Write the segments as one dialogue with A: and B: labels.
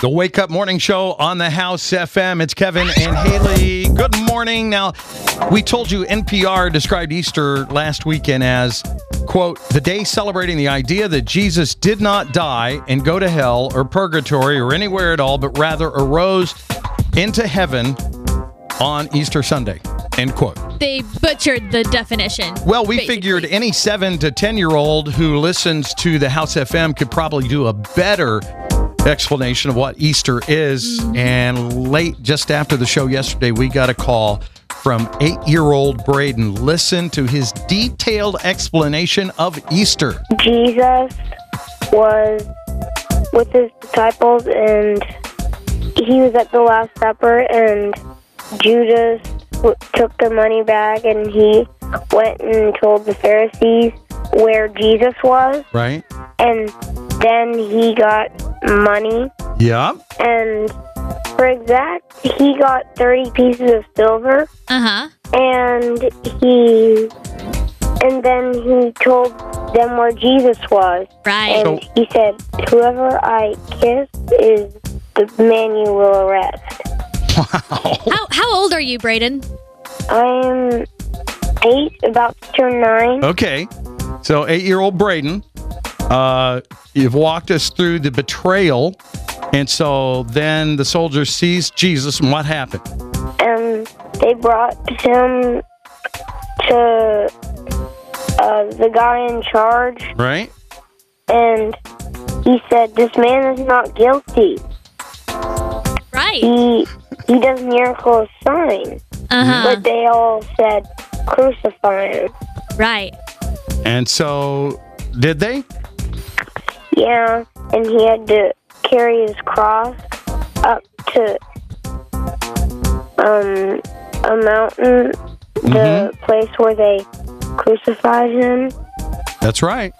A: The Wake Up Morning Show on the House FM. It's Kevin and Haley. Good morning. Now, we told you NPR described Easter last weekend as, quote, the day celebrating the idea that Jesus did not die and go to hell or purgatory or anywhere at all, but rather arose into heaven on Easter Sunday, end quote.
B: They butchered the definition.
A: Well, we
B: basically.
A: figured any seven to 10 year old who listens to the House FM could probably do a better explanation of what Easter is. And late, just after the show yesterday, we got a call from eight year old Braden. Listen to his detailed explanation of Easter.
C: Jesus was with his disciples and he was at the Last Supper and Judas w- took the money bag and he went and told the Pharisees where Jesus was
A: Right?
C: and then he got money
A: Yeah.
C: and for exact he got 30 pieces of silver
B: Uh huh.
C: and he and then he told them where Jesus was
B: Right.
C: and he said, "Whoever I kiss is the man you will arrest."
A: Wow.
B: How, how old are you, Braden?
C: I'm eight, about to turn nine.
A: Okay. So, eight year old Braden, uh, you've walked us through the betrayal. And so then the soldier sees Jesus, and what happened?
C: And they brought him to uh, the guy in charge,
A: Right?
C: and he said, "This man is not guilty.
B: Right.
C: He he does miracles, sign."
B: Uh huh.
C: But they all said, "Crucify him."
B: Right.
A: And so, did they?
C: Yeah, and he had to carry his cross up to um, a mountain, the place where they crucified him,
A: That's right.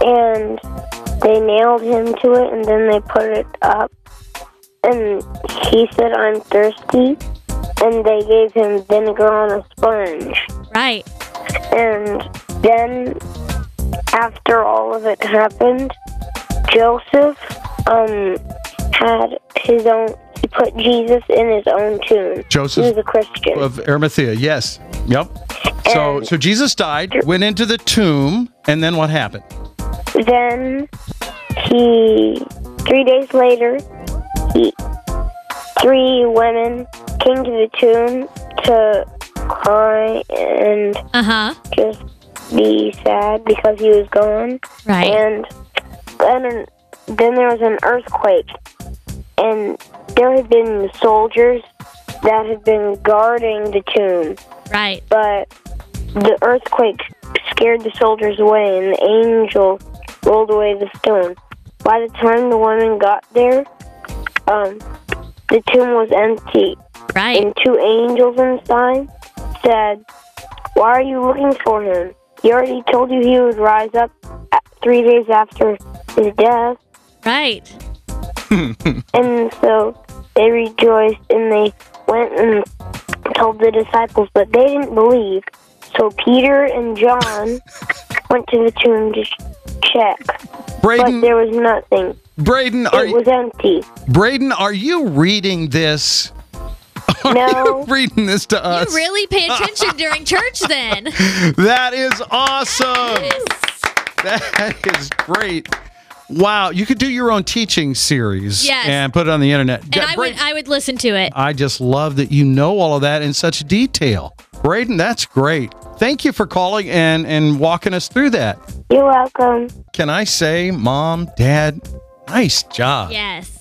C: and they nailed him to it, and then they put it up. And he said, I'm thirsty. And they gave him vinegar on a sponge.
B: Right.
C: And then, after all of it happened, Joseph um, had his own. He put Jesus in his own tomb. He
A: Joseph
C: was a Christian.
A: of Arimathea. Yes. Yep. So, so Jesus died, went into the tomb, and then what happened?
C: Then he, three days later, he, three women came to the tomb to cry and
B: Uh huh.
C: just be sad because he was gone.
B: Right.
C: and then then there was an earthquake, and there had been soldiers that had been guarding the tomb,
B: Right.
C: but the earthquake scared the soldiers away, and the angel rolled away the stone. By the time the woman got there, um, the tomb was empty,
B: Right.
C: and two angels inside said, Why are you looking for him? He already told you he would rise up a- three days after his death.
B: Right.
C: And so they rejoiced and they went and told the disciples, but they didn't believe. So Peter and John went to the tomb to sh- check, but
A: Braden,
C: there was nothing.
A: Braden, are
C: It
A: you,
C: was empty.
A: Braden, are you reading this?
C: No.
A: reading this to
B: You
A: us?
B: really pay attention during church then.
A: That is awesome.
B: Yes.
A: That is great. Wow, you could do your own teaching series
B: Yes.
A: and put it on the internet.
B: And
A: Yeah,
B: I
A: Braden-
B: would I would listen to it.
A: I just love that you know all of that in such detail. Braden, that's great. Thank you for calling and, and walking us through that.
C: You're welcome.
A: Can I say, Mom, Dad, nice job.
B: Yes.